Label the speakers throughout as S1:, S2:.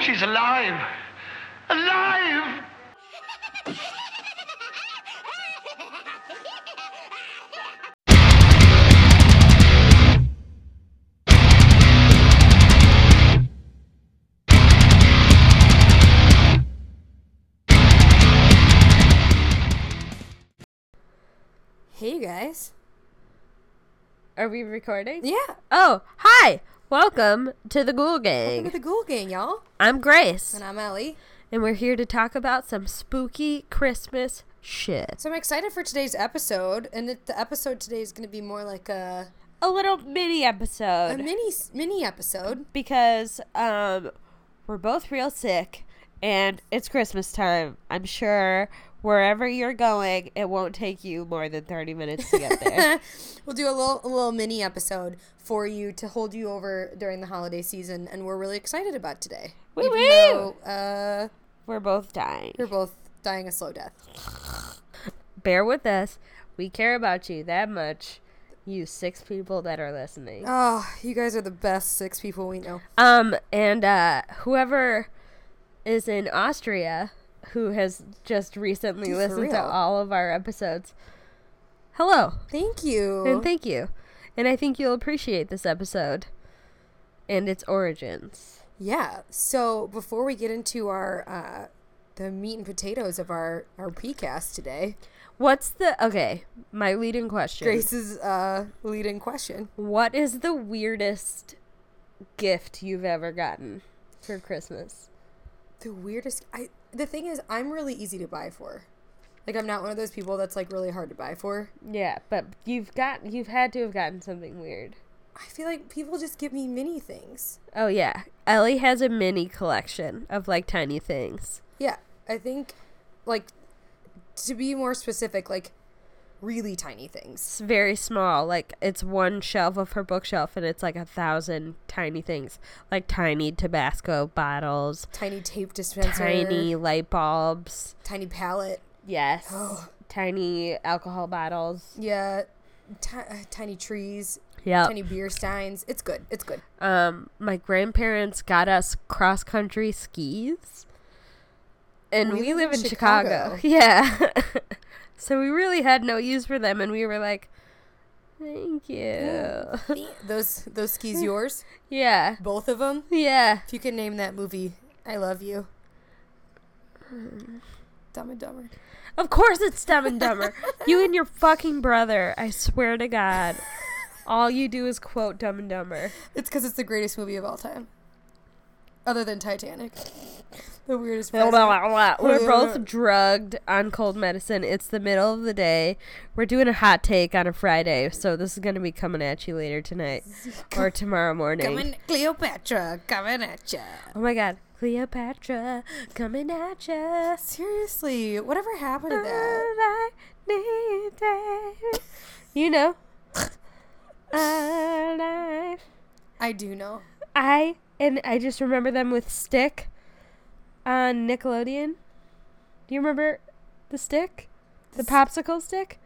S1: She's alive. Alive!
S2: Hey, you guys.
S3: Are we recording?
S2: Yeah.
S3: Oh, hi! Welcome to the Ghoul
S2: Look at
S3: Gang.
S2: the Ghoul Gang, y'all.
S3: I'm Grace,
S2: And I'm Ellie.
S3: and we're here to talk about some spooky Christmas shit.
S2: So I'm excited for today's episode. And it, the episode today is going to be more like a,
S3: A little mini
S2: a
S3: episode
S2: mini mini episode.
S3: because um, we're both real sick, and it's Christmas time. I'm sure wherever you're going, it won't take you more than 30 minutes to get there.
S2: We'll do a little a little mini episode for you to hold you over during the holiday season. And we're really excited about today.
S3: Woo
S2: Even
S3: woo!
S2: though, Uh,
S3: we're both dying.
S2: we're both dying a slow death.
S3: Bear with us. We care about you that much. You six people that are listening.
S2: Oh, you guys are the best six people we know.
S3: Um, and uh, whoever is in Austria who has just recently
S2: For
S3: listened to
S2: real.
S3: all of our episodes, hello
S2: Thank you.
S3: and thank you. And I think you'll appreciate this episode and its origins.
S2: Yeah. So before we get into our uh, the meat and potatoes of our our precast today,
S3: What's the okay? My leading question:
S2: Grace's uh, leading question.
S3: What is the weirdest gift you've ever gotten for Christmas?
S2: The weirdest. I the thing is, I'm really easy to buy for. Like I'm not one of those people that's like really hard to buy for.
S3: Yeah, but you've got you've had to have gotten something weird.
S2: I feel like people just give me mini things.
S3: Oh yeah, Ellie has a mini collection of like tiny things.
S2: Yeah, I think like to be more specific, like really tiny things.
S3: It's very small. Like it's one shelf of her bookshelf, and it's like a thousand tiny things, like tiny Tabasco bottles,
S2: Tiny tape dispenser.
S3: tiny light bulbs.
S2: Tiny palette.
S3: Yes.
S2: Oh.
S3: Tiny alcohol bottles.
S2: Yeah. Ti- uh, tiny trees.
S3: Yeah.
S2: Tiny beer steins. It's good. It's good.
S3: um, my grandparents got us cross country skis, and we, live in Chicago.
S2: Chicago.
S3: Yeah, so we really had no use for them, and we were like, "Thank you."
S2: those those skis yours,
S3: yeah,
S2: both of them.
S3: yeah.
S2: If you can name that movie, I love you.
S3: Hmm.
S2: Dumb and Dumber.
S3: Of course, it's Dumb and Dumber. you and your fucking brother. I swear to God, all you do is quote Dumb and Dumber.
S2: It's because it's the greatest movie of all time, other than Titanic. The weirdest.
S3: Blah,
S2: president.
S3: blah, blah, blah. We're both drugged on cold medicine. It's the middle of the day. We're doing a hot take on a Friday, so this is going to be coming at you later tonight or tomorrow morning.
S2: Coming, Cleopatra, coming at ya.
S3: Oh my god, Cleopatra coming at you.
S2: Seriously, whatever happened to that?
S3: You know, alive.
S2: I do know.
S3: I and I just remember them with Stick on Nickelodeon. Do you remember the stick? The popsicle stick?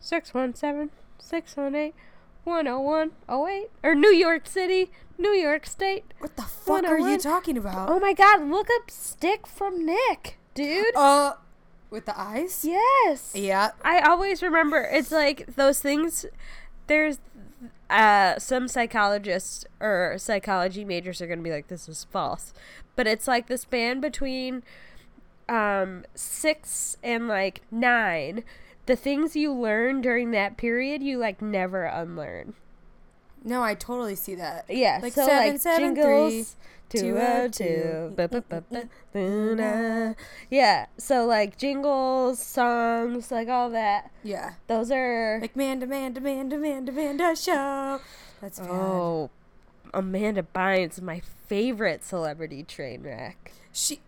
S3: 617 618 101 08 or New York City, New York State.
S2: What the fuck are you
S3: 101?
S2: talking about?
S3: Oh my god, look up Stick from Nick, dude.
S2: Uh, with the eyes?
S3: Yes.
S2: Yeah.
S3: I always remember it's like those things. There's uh, some psychologists or psychology majors are going to be like, this is false. But it's like the span between um, six and like nine. The things you learn during that period, you like never unlearn.
S2: No, I totally see that.
S3: Yeah,
S2: Like
S3: so
S2: seven,
S3: like
S2: seven,
S3: jingles,
S2: three,
S3: two oh two, ba- ba- ba- ba- ba- yeah. So like jingles, songs, like all that.
S2: Yeah.
S3: Those are
S2: Like man, demand, demand, demand, demand a show. That's bad.
S3: Oh, Amanda Bynes, my favorite celebrity train wreck.
S2: She.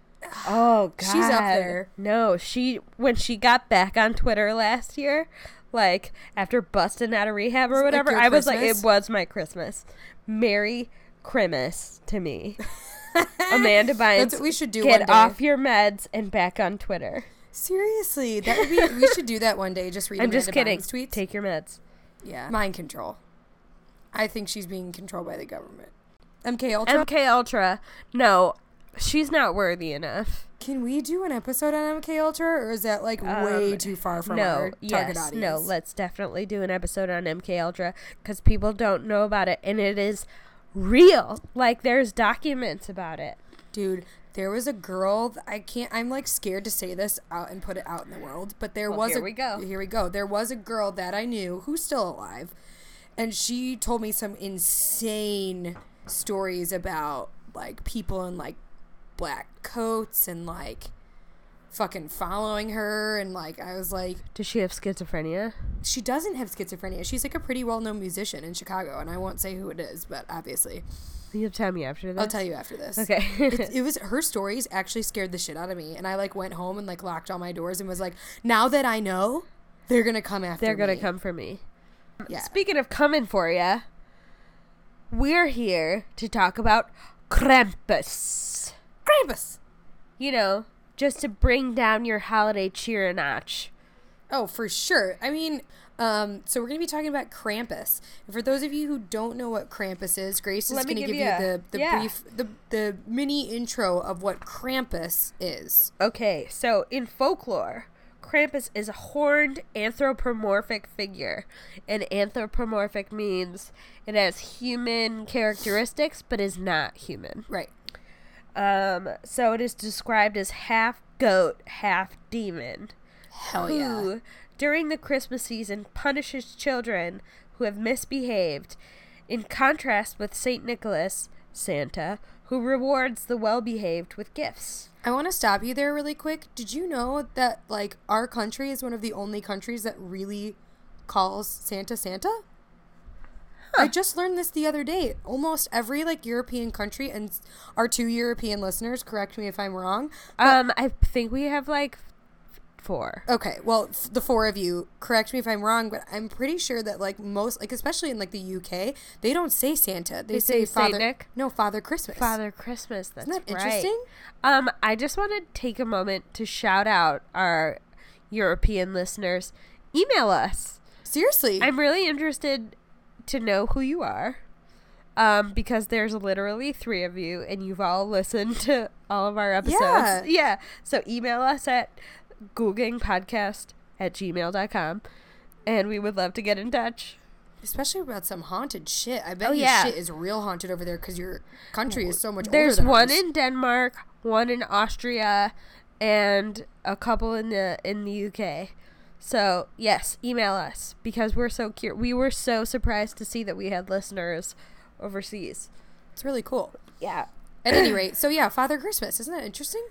S3: Oh God,
S2: She's up there.
S3: No, she when she got back on Twitter last year, like after busting out of rehab or
S2: it like
S3: whatever,
S2: your
S3: I was like,
S2: Christmas?
S3: it was my Christmas. Merry Christmas to me, Amanda Bynes.
S2: That's what we should do
S3: Get
S2: one day.
S3: off your meds and back on Twitter.
S2: Seriously, that would be. we should do that one day. Just read.
S3: I'm just
S2: Amanda
S3: kidding.
S2: Bynes Tweets.
S3: Take your meds.
S2: yeah. Mind control. I think she's being controlled by the government. MK Ultra.
S3: MK Ultra. No, she's not worthy enough.
S2: Can we do an episode on MK Ultra, or is that like way
S3: Um,
S2: too far from
S3: no,
S2: our target
S3: yes,
S2: audience?
S3: no. Let's definitely do an episode on MK Ultra because people don't know about it, and it is real. Like there's documents about it.
S2: dude. There was a girl. th- I can't. I'm like scared to say this out and put it out in the world. But there
S3: Well,
S2: was.
S3: here
S2: a,
S3: we go.
S2: Here we go. There was a girl that I knew who's still alive, and she told me some insane stories about like people in like black coats and like fucking following her and like I was like
S3: Does she have schizophrenia?
S2: she doesn't have schizophrenia. She's like a pretty well known musician in Chicago, and I won't say who it is, but obviously,
S3: You'll tell me after this.
S2: I'll tell you after this.
S3: Okay.
S2: it, it was her stories actually scared the shit out of me, and I like went home and like locked all my doors and was like, now that I know, they're gonna come after.
S3: They're gonna
S2: me."
S3: come for me.
S2: Yeah.
S3: Speaking of coming for ya, we're here to talk about Krampus.
S2: Krampus.
S3: You know, just to bring down your holiday cheer a notch.
S2: Oh, for sure. I mean, um, so we're gonna be talking about Krampus. And for those of you who don't know what Krampus is, Grace is
S3: Let me
S2: gonna give,
S3: give
S2: you
S3: you a-
S2: the the
S3: yeah.
S2: brief the the mini intro of what Krampus is.
S3: Okay, so in folklore, Krampus is a horned anthropomorphic figure. And anthropomorphic means it has human characteristics but is not human.
S2: Right.
S3: Um, so it is described as half goat, half demon.
S2: Hell yeah.
S3: who, during the Christmas season, punishes children who have misbehaved, in contrast with St. Nicholas, Santa, who rewards the well behaved with gifts.
S2: I want to stop you there really quick. Did you know that like our country is one of the only countries that really calls Santa Santa? I just learned this the other day. Almost every like European country and s- our two European listeners, correct me if I'm wrong.
S3: Um, I think we have like four.
S2: Okay, well, f- the four of you, correct me if I'm wrong, but I'm pretty sure that like most like especially in like the UK, they don't say Santa. They, say,
S3: say Saint
S2: Father
S3: Nick?
S2: No, Father Christmas.
S3: Father Christmas. That's
S2: that
S3: right.
S2: interesting?
S3: Um, I just want to take a moment to shout out our European listeners. Email us.
S2: Seriously.
S3: I'm really interested to know who you are. Um, because there's literally three of you and you've all listened to all of our episodes.
S2: Yeah.
S3: So email us at googingpodcast at gmail.com and we would love to get in touch.
S2: Especially about some haunted shit. I bet
S3: Oh,
S2: your
S3: yeah.
S2: shit is real haunted over there because your country is so much
S3: There's
S2: older than
S3: one
S2: ours.
S3: in Denmark, one in Austria, and a couple in the in the UK. So yes, email us because we're so cute. We were so surprised to see that we had listeners overseas.
S2: It's really cool.
S3: Yeah.
S2: At any rate, so yeah, Father Christmas isn't that interesting?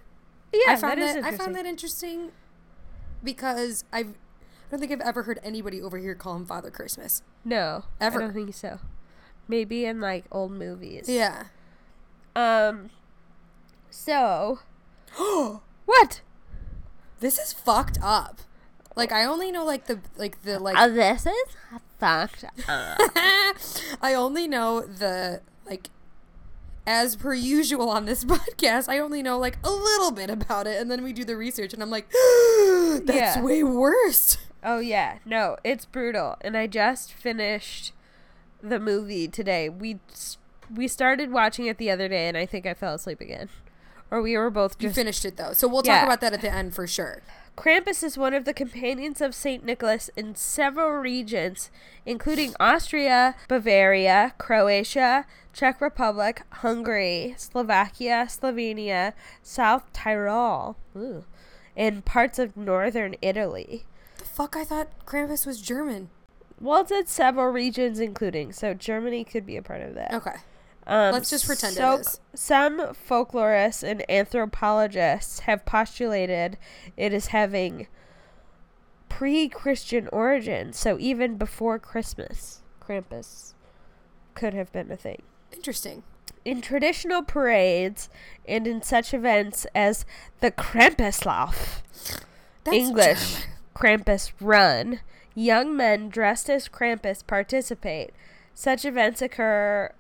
S3: Yeah,
S2: I found
S3: that is
S2: that, I found
S3: interesting.
S2: that interesting because I've I don't think I've ever heard anybody over here call him Father Christmas.
S3: no,
S2: Ever.
S3: I don't think so. Maybe in like old movies.
S2: Yeah.
S3: Um. So. what?
S2: This is fucked up. Like I only know like the like the like
S3: Oh, this is fucked up.
S2: I only know the like as per usual on this podcast, I only know like a little bit about it and then we do the research and I'm like that's
S3: Yeah.
S2: way worse.
S3: Oh yeah, no, it's brutal. And I just finished the movie today. We s- we started watching it the other day, and I think I fell asleep again, or we were both
S2: You
S3: just.
S2: finished it though. So we'll talk
S3: Yeah.
S2: about that at the end for sure.
S3: Krampus is one of the companions of Saint Nicholas in several regions, including Austria, Bavaria, Croatia, Czech Republic, Hungary, Slovakia, Slovenia, South Tyrol, ooh, and parts of northern Italy.
S2: The fuck I thought Krampus was German.
S3: Well, it said several regions, including so Germany could be a part of that.
S2: Okay.
S3: Um,
S2: Let's just pretend it is.
S3: Some folklorists and anthropologists have postulated it as having pre-Christian origins, so even before Christmas, Krampus could have been a thing.
S2: Interesting.
S3: In traditional parades and in such events as the Krampuslauf,
S2: That's
S3: English
S2: German.
S3: Krampus run. Young men dressed as Krampus participate. Such events occur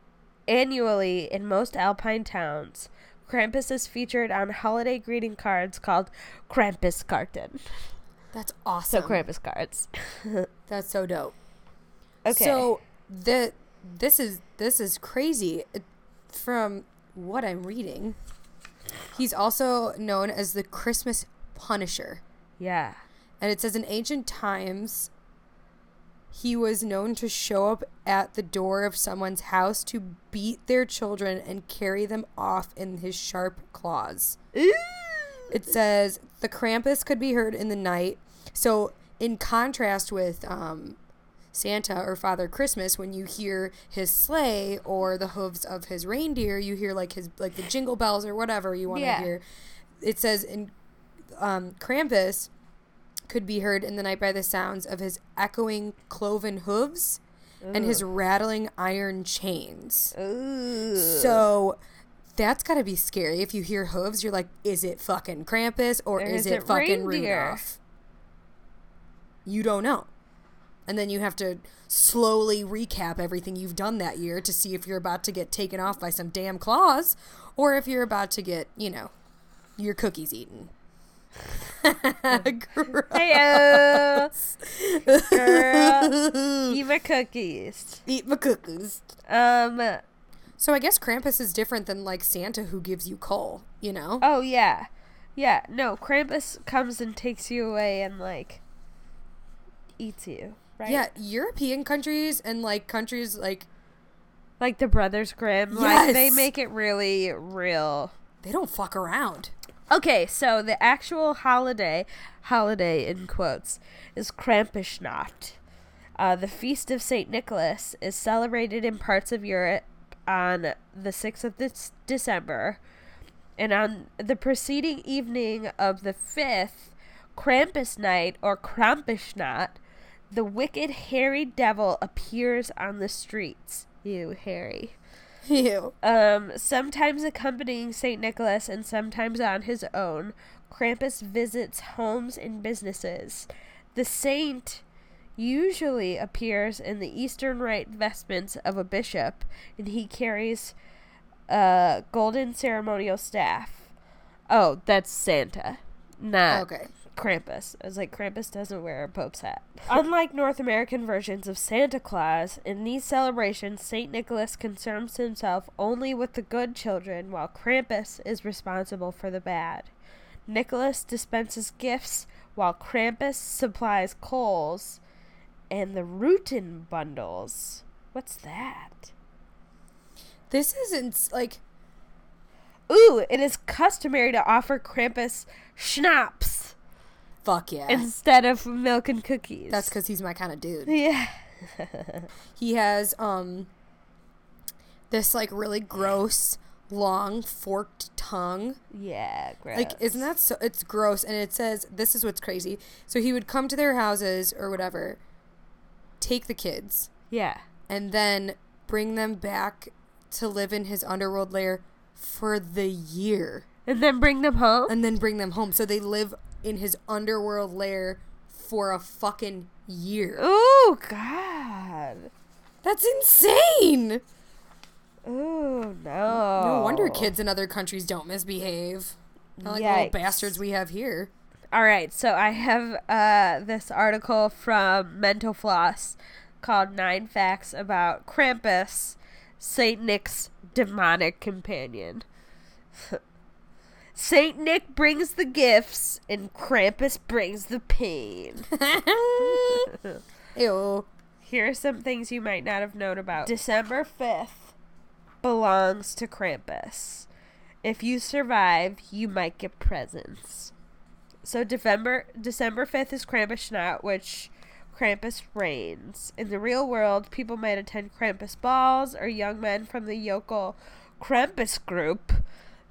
S3: annually in most alpine towns. Krampus is featured on holiday greeting cards called Krampus Karten.
S2: That's
S3: So
S2: awesome.
S3: Krampus cards.
S2: That's so dope.
S3: okay.
S2: So the this is this is crazy It- from what I'm reading. He's also known as the Christmas Punisher.
S3: Yeah.
S2: And it says in ancient times, he was known to show up at the door of someone's house to beat their children and carry them off in his sharp claws. It says the Krampus could be heard in the night. So, in contrast with um, Santa or Father Christmas, when you hear his sleigh or the hooves of his reindeer, you hear like his like the jingle bells or whatever you want to
S3: Yeah.
S2: hear. It says in um, Krampus could be heard in the night by the sounds of his echoing cloven hooves and his rattling iron chains. So that's got to be scary. If you hear hooves, you're like, is it fucking Krampus or
S3: Or
S2: is
S3: is
S2: it,
S3: it
S2: fucking
S3: reindeer?
S2: Rudolph? You don't know. And then you have to slowly recap everything you've done that year to see if you're about to get taken off by some damn claws or if you're about to get, you know, your cookies eaten. Gross.
S3: Hey, girl, eat my cookies.
S2: Eat my cookies.
S3: Um.
S2: So I guess Krampus is different than like Santa who gives you coal, you know?
S3: Oh yeah, yeah. No, Krampus comes and takes you away and like eats you. Right?
S2: Yeah, European countries and like countries like
S3: Like the Brothers Grimm. Like they
S2: Yes!
S3: make it really real.
S2: they don't fuck around.
S3: Okay, so the actual holiday, holiday in quotes, is Krampusnacht. Uh, the feast of Saint Nicholas is celebrated in parts of Europe on the sixth of this December, and on the preceding evening of the fifth, Krampus night or Krampusnacht, the wicked hairy devil appears on the streets. You hairy
S2: Ew.
S3: um, sometimes accompanying St. Nicholas and sometimes on his own, Krampus visits homes and businesses. The saint usually appears in the Eastern Rite vestments of a bishop, and he carries a golden ceremonial staff. Oh, that's Santa, not
S2: Okay.
S3: Krampus. I was like, Krampus doesn't wear a Pope's hat. Unlike North American versions of Santa Claus, in these celebrations, St. Nicholas concerns himself only with the good children, while Krampus is responsible for the bad. Nicholas dispenses gifts, while Krampus supplies coals and the Rutin bundles. What's that?
S2: This isn't like
S3: Ooh, it is customary to offer Krampus schnapps
S2: fuck yeah.
S3: instead of milk and cookies.
S2: That's cuz he's my kind of dude.
S3: yeah.
S2: He has um this like really gross long forked tongue.
S3: Yeah, gross.
S2: Like, isn't that so? It's gross. And it says, this is what's crazy. So he would come to their houses or whatever, take the kids,
S3: Yeah.
S2: and then bring them back to live in his underworld lair for the year
S3: And then bring them home.
S2: and then bring them home. So they live in his underworld lair for a fucking year.
S3: Ooh, God.
S2: That's insane.
S3: Ooh, no.
S2: No wonder kids in other countries don't misbehave. Not like little
S3: Yikes.
S2: bastards we have here.
S3: All right, so I have uh, this article from Mental Floss called Nine Facts About Krampus, Saint Nick's Demonic Companion. Saint Nick brings the gifts, and Krampus brings the pain.
S2: Ew.
S3: Here are some things you might not have known about. December 5th belongs to Krampus. If you survive, you might get presents. So December December 5th is Krampus Schnatt, which Krampus reigns. In the real world, people might attend Krampus balls or young men from the yokel Krampus group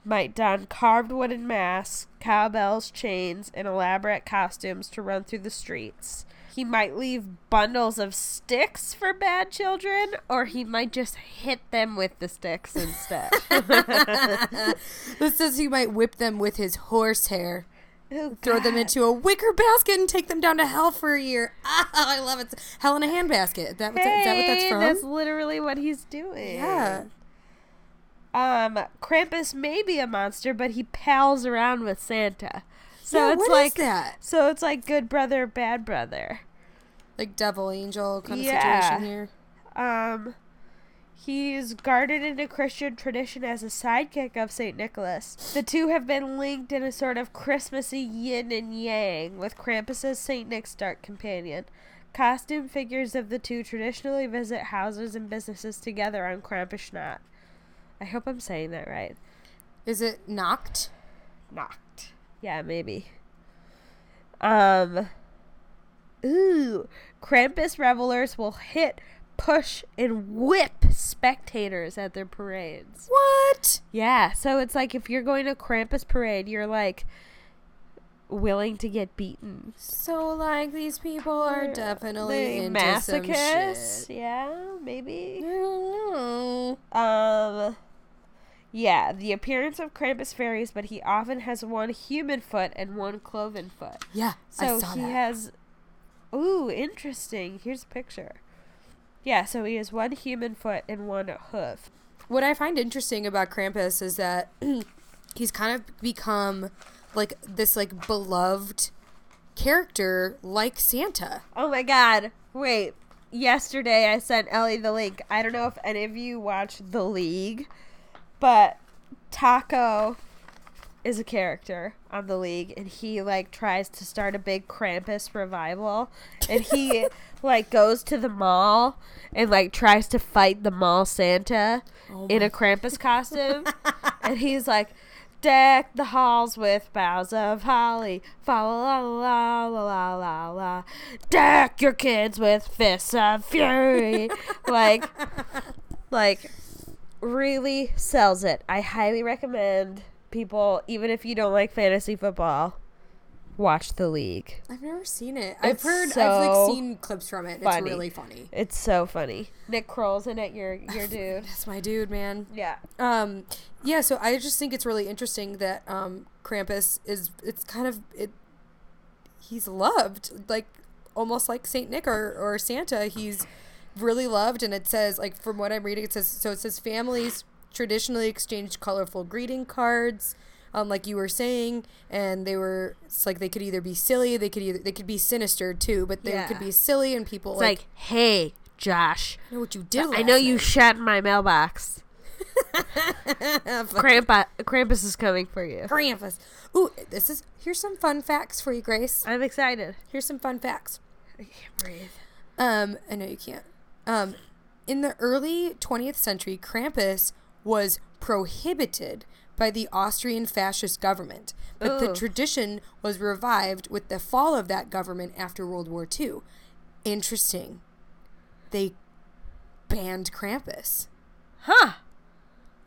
S3: might don carved wooden masks, cowbells, chains, and elaborate costumes to run through the streets. He might leave bundles of sticks for bad children, or he might just hit them with the sticks instead.
S2: This says he might whip them with his horse hair.
S3: Oh,
S2: throw them
S3: God.
S2: into a wicker basket and take them down to hell for a year. Ah, I love it. Hell in a handbasket. Is that, what that- is that what that's
S3: Hey,
S2: from?
S3: That's literally what he's doing.
S2: yeah.
S3: Um, Krampus may be a monster, but he pals around with Santa. So
S2: Yeah,
S3: it's
S2: what is
S3: like
S2: that?
S3: So it's like good brother, bad brother.
S2: Like devil angel kind of
S3: Yeah.
S2: situation here.
S3: Um, He's guarded in the Christian tradition as a sidekick of St. Nicholas. The two have been linked in a sort of Christmassy yin and yang, with Krampus as St. Nick's dark companion. Costume figures of the two traditionally visit houses and businesses together on Krampusnacht. I hope I'm saying that right.
S2: Is it knocked?
S3: Knocked. Yeah, maybe. Um. Ooh, Krampus revelers will hit, push, and whip spectators at their parades.
S2: What?
S3: Yeah, so it's like if you're going to Krampus parade, you're like willing to get beaten.
S2: So like these people are definitely
S3: Like
S2: into
S3: masochist?
S2: some shit. Mm-hmm.
S3: Yeah, maybe.
S2: I don't know.
S3: Um, yeah, the appearance of Krampus varies, but he often has one human foot and one cloven foot.
S2: Yeah,
S3: So
S2: I saw
S3: he
S2: that.
S3: has. Ooh, interesting. Here's a picture. Yeah, so he has one human foot and one hoof.
S2: what I find interesting about Krampus is that he's kind of become like this like beloved character like Santa.
S3: Oh my god. Wait. Yesterday I sent Ellie the link. I don't know if any of you watch The League, but Taco is a character on The League and he like tries to start a big Krampus revival and he like goes to the mall and like tries to fight the mall Santa in a Krampus costume and he's like Deck the halls with boughs of holly. Fa la la la la la la. Deck your kids with fists of fury. like, like, really sells it. I highly recommend people, even if you don't like fantasy football, watch the league.
S2: I've never seen it. I've
S3: It's
S2: heard I've like
S3: so
S2: seen clips from it.
S3: funny.
S2: It's really funny.
S3: It's so funny. Nick Kroll's in it. Your your dude.
S2: That's my dude, man.
S3: Yeah.
S2: Um, yeah, so I just think it's really interesting that um, Krampus is it's kind of it. He's loved, like almost like Saint Nick or or Santa. He's really loved, and it says like from what I'm reading, it says so it says families traditionally exchanged colorful greeting cards. Um, like you were saying, and they were it's like they could either be silly, they could either they could be sinister too, but they
S3: Yeah.
S2: could be silly, and people
S3: It's
S2: like,
S3: like, hey, Josh.
S2: I know what you did.
S3: I know
S2: last
S3: you
S2: night."
S3: shat in my mailbox. Krampa, Krampus is coming for you.
S2: Krampus. Ooh, this is here's some fun facts for you, Grace.
S3: I'm excited.
S2: Here's some fun facts.
S3: I can't breathe.
S2: Um, I know you can't. Um, in the early 20th century, Krampus was prohibited by the Austrian fascist government, but the
S3: Ugh.
S2: tradition was revived with the fall of that government after World War II. Interesting. They banned Krampus.
S3: Huh.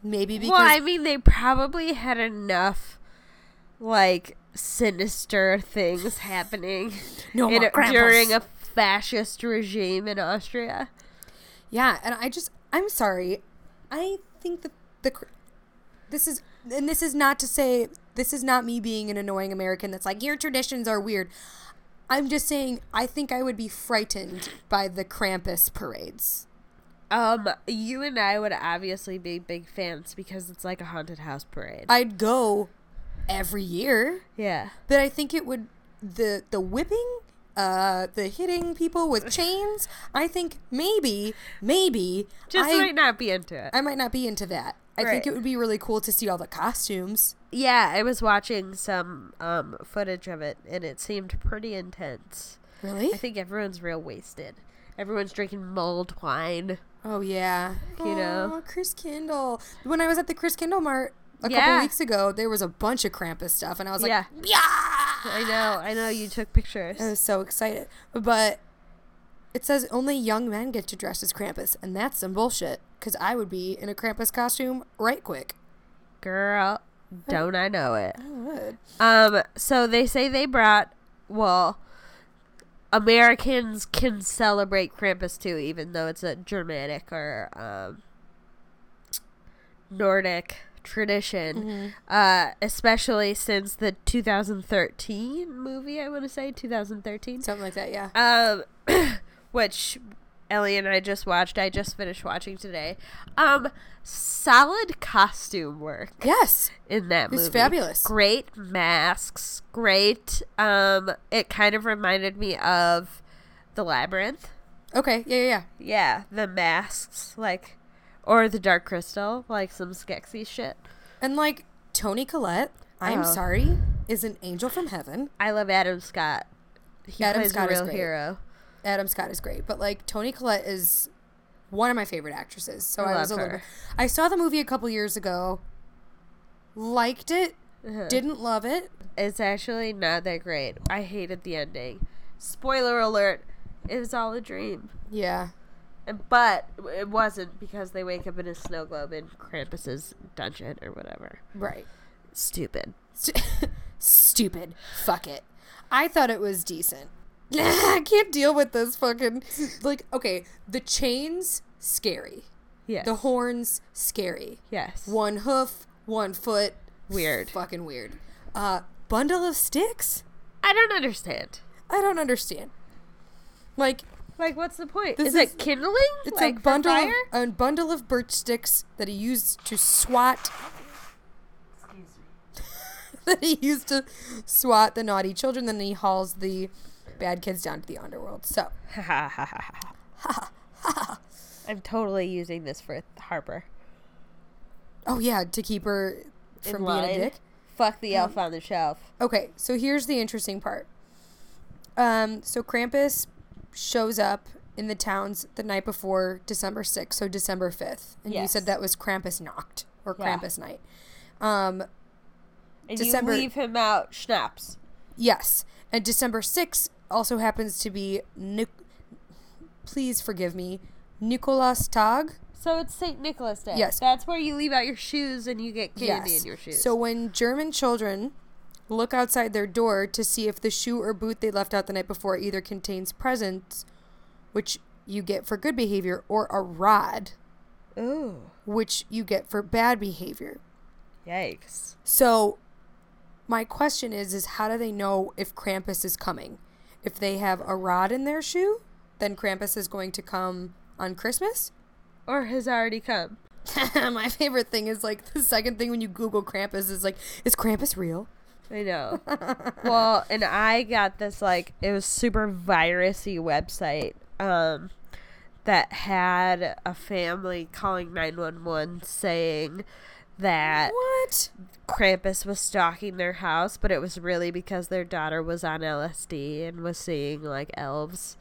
S2: Maybe because
S3: well, I mean, they probably had enough, like, sinister things happening
S2: No
S3: in
S2: more
S3: a-
S2: Krampus.
S3: during a fascist regime in Austria.
S2: Yeah, and I just I'm sorry. I think that the cr- this is and this is not to say this is not me being an annoying American that's like your traditions are weird. I'm just saying I think I would be frightened by the Krampus parades.
S3: Um, you and I would obviously be big fans because it's like a haunted house parade.
S2: I'd go every year,
S3: yeah.
S2: but I think it would the the whipping uh, the hitting people with chains. I think maybe, maybe
S3: Just
S2: I,
S3: might not be into it.
S2: I might not be into that. I
S3: Right.
S2: think it would be really cool to see all the costumes.
S3: yeah, I was watching some um footage of it and it seemed pretty intense.
S2: Really?
S3: I think everyone's real wasted. Everyone's drinking mulled wine.
S2: Oh yeah,
S3: You know?
S2: Aw, Chris Kindle. When I was at the Chris Kindle Mart a
S3: Yeah.
S2: couple weeks ago, there was a bunch of Krampus stuff, and I was like,
S3: yeah.
S2: yeah,
S3: I know, I know you took pictures.
S2: I was so excited. But it says only young men get to dress as Krampus, and that's some bullshit. Cause I would be in a Krampus costume right quick.
S3: Girl, don't I know it?
S2: I would.
S3: Um, so they say they brought well Americans can celebrate Krampus too, even though it's a Germanic or um Nordic tradition. Uh especially since the 2013 movie, I want to say 2013.
S2: Something like that, yeah.
S3: Um, which Ellie and I just watched. I just finished watching today. Um, solid costume work
S2: Yes.
S3: in that
S2: It's
S3: movie.
S2: fabulous.
S3: Great masks. Great. Um, it kind of reminded me of the labyrinth.
S2: Okay. Yeah, yeah, yeah.
S3: Yeah, the masks like. or the Dark Crystal, like some skexy shit.
S2: And like Tony Collette, I'm
S3: Oh.
S2: sorry, is an angel from heaven.
S3: I love Adam Scott. He
S2: Adam
S3: plays
S2: Scott
S3: a
S2: is
S3: real
S2: great.
S3: hero.
S2: Adam Scott is great, but like Tony Collette is one of my favorite actresses. So
S3: I
S2: I,
S3: love
S2: was a little
S3: her.
S2: bit. I saw the movie a couple years ago, liked it, didn't love it.
S3: It's actually not that great. I hated the ending. Spoiler alert: it was all a dream.
S2: Yeah,
S3: And- But it wasn't because they wake up in a snow globe in Krampus's dungeon or whatever.
S2: right.
S3: Stupid.
S2: St- Stupid. Fuck it. I thought it was decent. I can't deal with this fucking like. Okay, the chains scary.
S3: Yes.
S2: The horns scary.
S3: yes.
S2: One hoof, one foot.
S3: Weird.
S2: Fucking weird. Uh, bundle of sticks.
S3: I don't understand.
S2: I don't understand. Like
S3: Like, what's the point?
S2: This
S3: is,
S2: is-
S3: it kindling?
S2: it's
S3: like
S2: a
S3: for
S2: bundle of,
S3: fire?
S2: a bundle of birch sticks that he used to swat. that he used to swat the naughty children. Then he hauls the bad kids down to the underworld. So
S3: I'm totally using this for Harper.
S2: oh yeah, to keep her
S3: In
S2: from being a
S3: line.
S2: dick.
S3: Fuck the elf on the shelf.
S2: Okay, so here's the interesting part. Um, so Krampus shows up in the towns the night before December 6th, so December 5th. And you
S3: Yes.
S2: said that was Krampus Nacht or
S3: Yeah.
S2: Krampus Night. Um,
S3: And
S2: December-
S3: you leave him out schnapps.
S2: yes. And December 6th also happens to be, Nic- please forgive me, Nicholas Tag.
S3: So it's St. Nicholas Day.
S2: Yes.
S3: That's where you leave out your shoes and you get candy in your shoes.
S2: So when German children look outside their door to see if the shoe or boot they left out the night before either contains presents, which you get for good behavior, or a rod,
S3: Ooh.
S2: which you get for bad behavior.
S3: Yikes.
S2: So my question is is how do they know if Krampus is coming? If they have a rod in their shoe, then Krampus is going to come on Christmas?
S3: Or has already come.
S2: my favorite thing is like the second thing when you Google Krampus is like, is Krampus real?
S3: I know. well, and I got this like it was super virusy website um that had a family calling 911 saying that
S2: What?
S3: Krampus was stalking their house, but it was really because their daughter was on LSD and was seeing like elves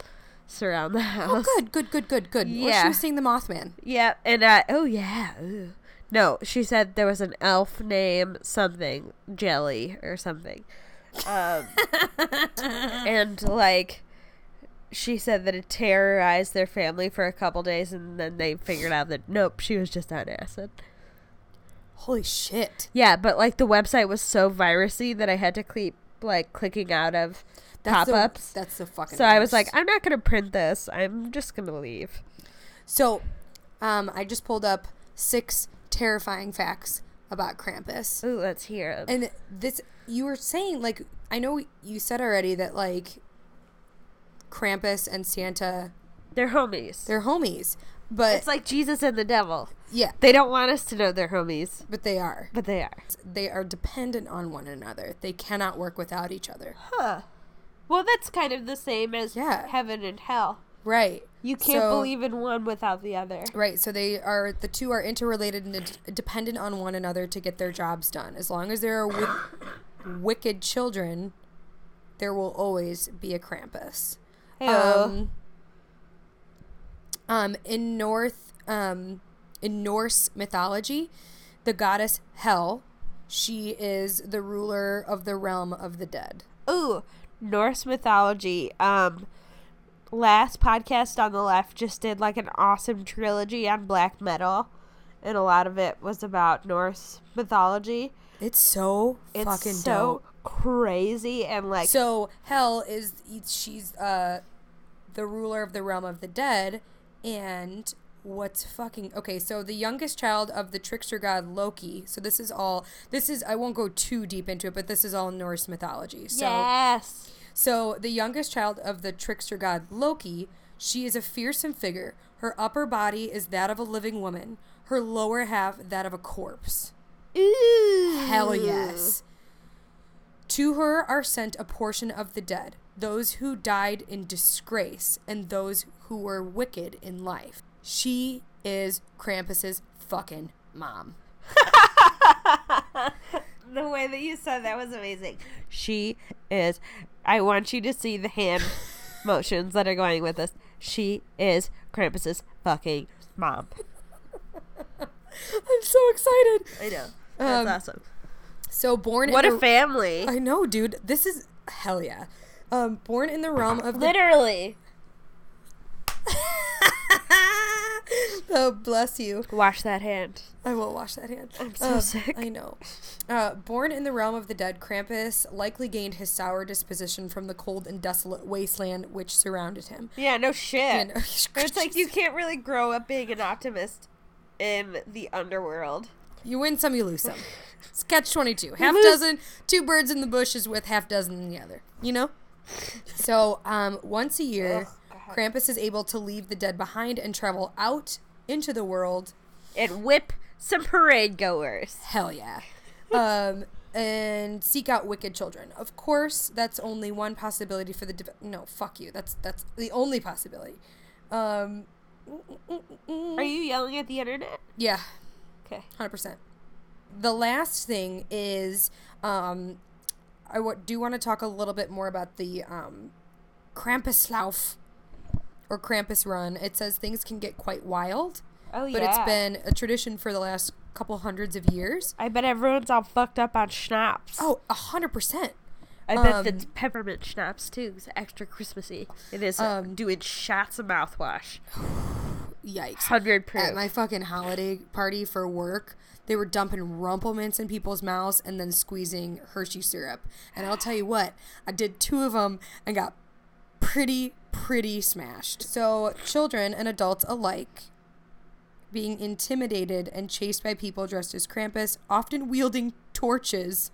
S3: surround the
S2: Oh,
S3: house.
S2: good, good, good, good, good. Or
S3: Uh-huh. Yeah.
S2: she was seeing the Mothman.
S3: Yeah, and uh, oh yeah. ooh. No, she said there was an elf name something jelly or something, um, and like she said that it terrorized their family for a couple days, and then they figured out that nope, she was just on acid.
S2: Holy shit.
S3: Yeah, but like the website was so virusy that I had to keep like clicking out of
S2: That's
S3: pop
S2: the-
S3: ups.
S2: That's the fucking.
S3: So I was like,
S2: worst.
S3: I'm not gonna print this. I'm just gonna leave.
S2: so, um, I just pulled up six terrifying facts about Krampus,
S3: Ooh, let's hear. 'em.
S2: and this you were saying like I know you said already that like Krampus and Santa
S3: They're homies.
S2: they're homies, but
S3: It's like Jesus and the devil.
S2: yeah,
S3: They don't want us to know they're homies,
S2: but they are
S3: but they are.
S2: they are dependent on one another. They cannot work without each other.
S3: Well, that's kind of the same as
S2: Yeah.
S3: heaven and hell.
S2: Right.
S3: You can't
S2: So-
S3: believe in one without the other.
S2: Right, so they are the two are interrelated and de- dependent on one another to get their jobs done. As long as there are wi- wicked children, there will always be a Krampus. Um, um, in North, um, in Norse mythology, the goddess Hel, she is the ruler of the realm of the dead.
S3: Ooh, Norse mythology. Um, last podcast on the left just did like an awesome trilogy on black metal, and a lot of it was about Norse mythology.
S2: It's so
S3: It's
S2: fucking
S3: so
S2: dope.
S3: crazy and like
S2: So hell is she's uh the ruler of the realm of the dead and what's fucking okay so the youngest child of the trickster god loki so this is all this is i won't go too deep into it but this is all norse mythology so
S3: yes,
S2: so the youngest child of the trickster god loki she is a fearsome figure her upper body is that of a living woman her lower half that of a corpse
S3: ooh,
S2: Hell yes. To her are sent a portion of the dead, those who died in disgrace and those who were wicked in life. She is Krampus's fucking mom.
S3: The way that you said that was amazing. She is. I want you to see the hand motions that are going with this. She is Krampus's fucking mom.
S2: I'm so excited.
S3: I know.
S2: That's
S3: awesome.
S2: So born
S3: What
S2: in
S3: a
S2: the-
S3: family.
S2: I know, dude. This is hell yeah. Um, born in the realm of the
S3: Literally.
S2: oh, bless you.
S3: Wash that hand.
S2: I will wash that hand. I'm
S3: so sick.
S2: I know. Uh, born in the realm of the dead, Krampus likely gained his sour disposition from the cold and desolate wasteland which surrounded him.
S3: Yeah, no shit.
S2: And-
S3: It's like you can't really grow up being an optimist in the underworld.
S2: You win some, you lose some. It's catch 22. Half
S3: lose-
S2: dozen, two birds in the bush is with half dozen in the other, you know? So, um, once a year, Krampus is able to leave the dead behind and travel out into the world.
S3: And whip some parade goers.
S2: Hell yeah. Um, and seek out wicked children. Of course, that's only one possibility for the. Div- no, fuck you. That's that's the only possibility. Um,
S3: Are you yelling at the internet?
S2: yeah,
S3: Okay.
S2: hundred percent. The last thing is, um, I wa- do want to talk a little bit more about the um, Krampuslauf or Krampus Run. It says things can get quite wild,
S3: Oh
S2: but it's been a tradition for the last couple hundreds of years.
S3: I bet everyone's all fucked up on schnapps.
S2: Oh, a hundred percent.
S3: I bet
S2: um,
S3: that's peppermint schnapps too. It's extra Christmassy. It is
S2: Um,
S3: doing shots of mouthwash.
S2: Yikes.
S3: Hundred proof.
S2: At my fucking holiday party for work, they were dumping rumplements in people's mouths and then squeezing Hershey syrup. And I'll tell you what, I did two of them and got pretty, pretty smashed. So, children and adults alike being intimidated and chased by people dressed as Krampus, often wielding torches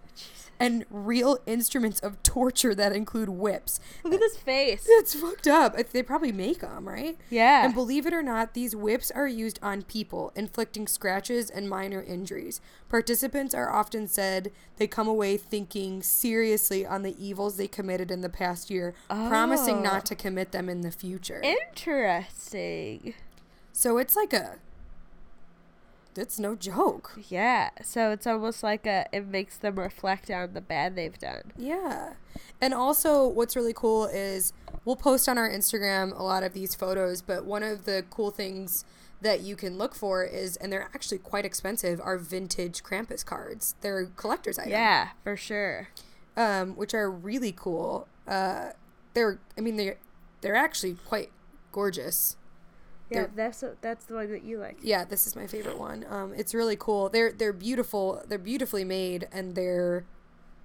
S2: and real instruments of torture that include whips.
S3: Look at this face.
S2: That's fucked up. I- They probably make them, right?
S3: Yeah.
S2: And believe it or not, these whips are used on people, inflicting scratches and minor injuries. Participants are often said they come away thinking seriously on the evils they committed in the past year, promising not to commit them in the future.
S3: Interesting.
S2: so it's like a. That's no joke.
S3: Yeah. So it's almost like a. It makes them reflect on the bad they've done.
S2: Yeah. And also, what's really cool is we'll post on our Instagram a lot of these photos, but one of the cool things that you can look for is, and they're actually quite expensive, are vintage Krampus cards. They're collector's items,
S3: Yeah, for sure.
S2: um, which are really cool. Uh, they're, I mean, they're, they're actually quite gorgeous.
S3: Yeah,
S2: They're-
S3: that's that's the one that you like.
S2: Yeah, this is my favorite one. Um, it's really cool. They're they're beautiful. They're beautifully made, and they're,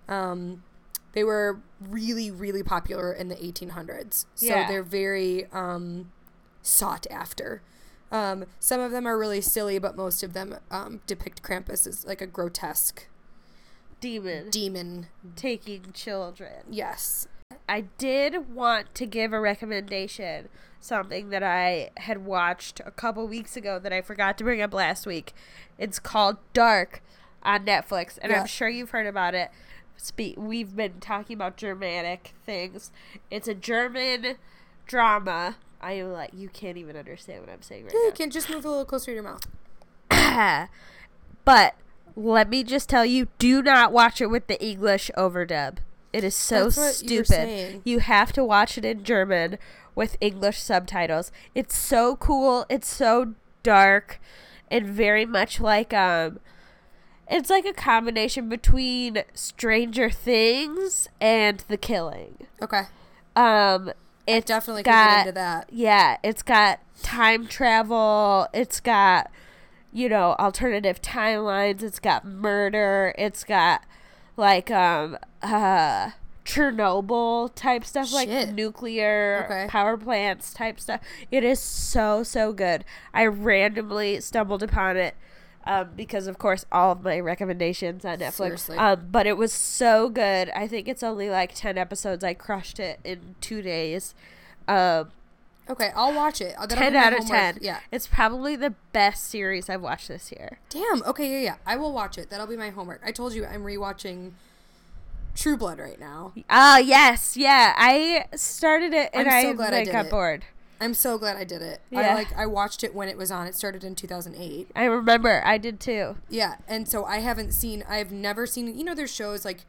S2: um, they were really really popular in the 1800s.
S3: Yeah.
S2: So they're very um, sought after. Um, some of them are really silly, but most of them um, depict Krampus as like a grotesque
S3: Demon
S2: demon.
S3: taking children.
S2: Yes.
S3: I did want to give a recommendation, something that I had watched a couple weeks ago that I forgot to bring up last week. It's called Dark on Netflix, and
S2: Yeah.
S3: I'm sure you've heard about it. Spe- We've been talking about Germanic things. It's a German drama. I am like, you can't even understand what I'm saying right now
S2: You can just move a little closer to your mouth.
S3: but let me just tell you do not watch it with the english overdub it is so
S2: That's what you were
S3: stupid
S2: saying.
S3: you have to watch it in german with english subtitles it's so cool it's so dark and very much like um it's like a combination between stranger things and the killing
S2: Okay.
S3: um it's
S2: Definitely can
S3: got
S2: get into that.
S3: yeah, it's got time travel. It's got, you know, alternative timelines. It's got murder. It's got like um uh Chernobyl type stuff, like
S2: Shit.
S3: nuclear
S2: Okay.
S3: power plants type stuff. It is so so good. I randomly stumbled upon it. Um, because of course all of my recommendations on Netflix,
S2: Seriously.
S3: um, but it was so good. I think it's only like ten episodes. I crushed it in two days. Um,
S2: Okay, I'll watch it. I'll- that'll be
S3: 10
S2: my
S3: out of
S2: homework.
S3: 10.
S2: Yeah.
S3: It's probably the best series I've watched this year.
S2: Damn. Okay. Yeah. Yeah. I will watch it. That'll be my homework. I told you I'm rewatching True Blood right now.
S3: Ah, yes. Yeah. I started it and
S2: I'm
S3: I
S2: so glad I
S3: like,
S2: did
S3: got
S2: it.
S3: bored.
S2: I'm so glad I did it. I
S3: Yeah.
S2: like I watched it when it was on. It started in 2008.
S3: I remember. I did too.
S2: Yeah, and so I haven't seen. I've never seen. You know, there's shows like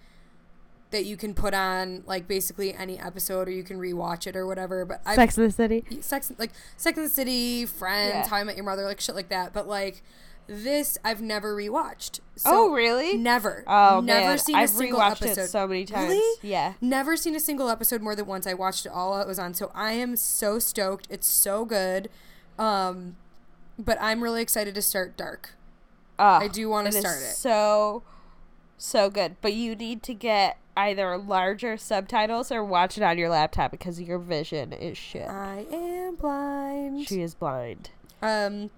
S2: that you can put on like basically any episode, or you can rewatch it or whatever. But I've
S3: Sex in the City.
S2: Sex like Sex and the City, Friends,
S3: Yeah.
S2: How I Met Your Mother, like shit like that. But like this, I've never rewatched.
S3: Oh, really?
S2: Never.
S3: Oh,
S2: never
S3: man.
S2: seen a
S3: I've
S2: single
S3: rewatched it
S2: episode
S3: so many times.
S2: Really?
S3: Yeah.
S2: Never seen a single episode more than once. I watched it all while it was on, so I am so stoked. It's so good. Um, but I'm really excited to start Dark.
S3: Ah,
S2: I do wanna
S3: is
S2: start it.
S3: So, so good. But you need to get either larger subtitles or watch it on your laptop because your vision is shit.
S2: I am blind.
S3: she is blind.
S2: Um,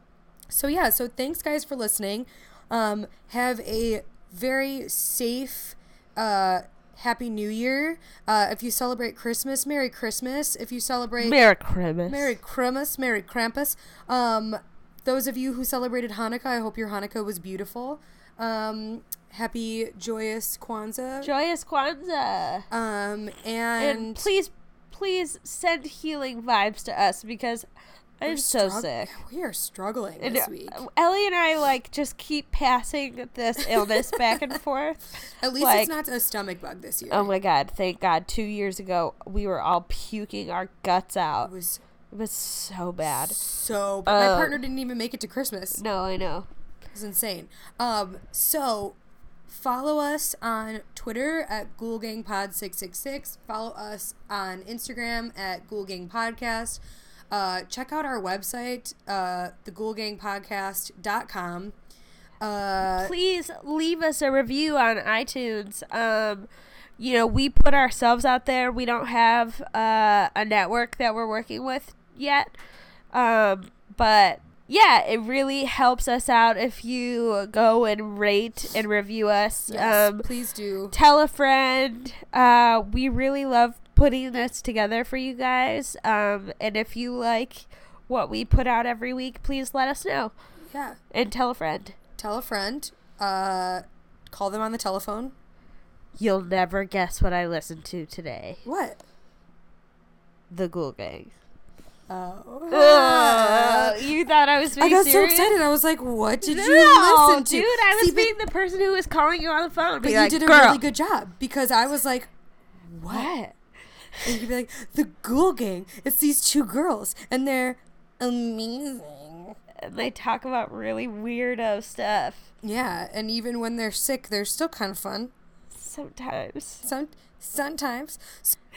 S2: so yeah, so thanks guys for listening. Um, have a very safe, uh, happy New Year. Uh, if you celebrate Christmas, Merry Christmas. If you celebrate
S3: Merry Christmas.
S2: Merry Christmas, Merry Krampus. Um, those of you who celebrated Hanukkah, I hope your Hanukkah was beautiful. Um, happy joyous Kwanzaa.
S3: Joyous Kwanzaa.
S2: um, and,
S3: and please, please send healing vibes to us because I'm
S2: we're
S3: so
S2: strugg-
S3: sick.
S2: We are struggling
S3: And,
S2: this
S3: uh,
S2: week.
S3: Ellie and I like just keep passing this illness back and forth.
S2: At least
S3: like-
S2: it's not a stomach bug this year.
S3: Oh my god, thank god. Two years ago we were all puking our guts out.
S2: it was
S3: It was so bad.
S2: So, but my
S3: Um,
S2: partner didn't even make it to Christmas.
S3: No, I know.
S2: It was insane. Um, so follow us on Twitter at GhoulGangPod666. Follow us on Instagram at GhoulGangPodcast. Uh, check out our website, uh, theGhoulGangPodcast.com. Uh,
S3: Please leave us a review on iTunes. Um you know, we put ourselves out there. We don't have uh, a network that we're working with yet. Um but yeah, it really helps us out if you go and rate and review us.
S2: yes,
S3: Um
S2: please do.
S3: tell a friend. Uh, we really love putting this together for you guys. Um, and if you like what we put out every week, please let us know
S2: Yeah.
S3: and tell a friend.
S2: Tell a friend. Uh, call them on the telephone.
S3: You'll never guess what I listened to today.
S2: What?
S3: The Ghoul Gang.
S2: Oh.
S3: you thought I was being
S2: Ah. I got
S3: serious?
S2: so excited. I was like, what did
S3: No,
S2: you listen to?
S3: dude, I was
S2: See, but-
S3: being the person who was calling you on the phone.
S2: But
S3: be
S2: you
S3: like,
S2: did a
S3: Girl,
S2: really good job because I was like,
S3: What?
S2: and you'd be like, the Ghoul Gang. It's these two girls, and they're amazing.
S3: And they talk about really weirdo stuff
S2: Yeah, and even when they're sick, they're still kind of fun.
S3: sometimes.
S2: Some sometimes.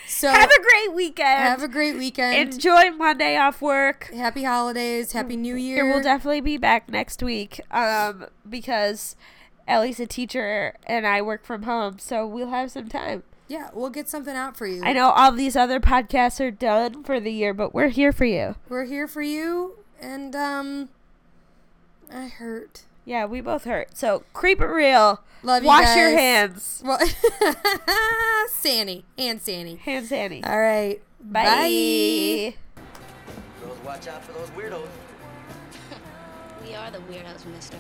S2: So
S3: Have a great weekend.
S2: have a great weekend.
S3: enjoy Monday off work.
S2: happy holidays. Happy New Year.
S3: And we'll definitely be back next week um, because Ellie's a teacher and I work from home, so we'll have some time.
S2: yeah, we'll get something out for you.
S3: I know all these other podcasts are done for the year, but we're here for you.
S2: We're here for you, and um, I hurt.
S3: Yeah, we both hurt. So creep it real.
S2: Love you
S3: Wash your
S2: guys.
S3: hands.
S2: Well, Sanny and Sanny.
S3: Hand sandy.
S2: All right.
S3: Bye.
S4: Girls, watch out for those weirdos.
S5: We are the weirdos, mister.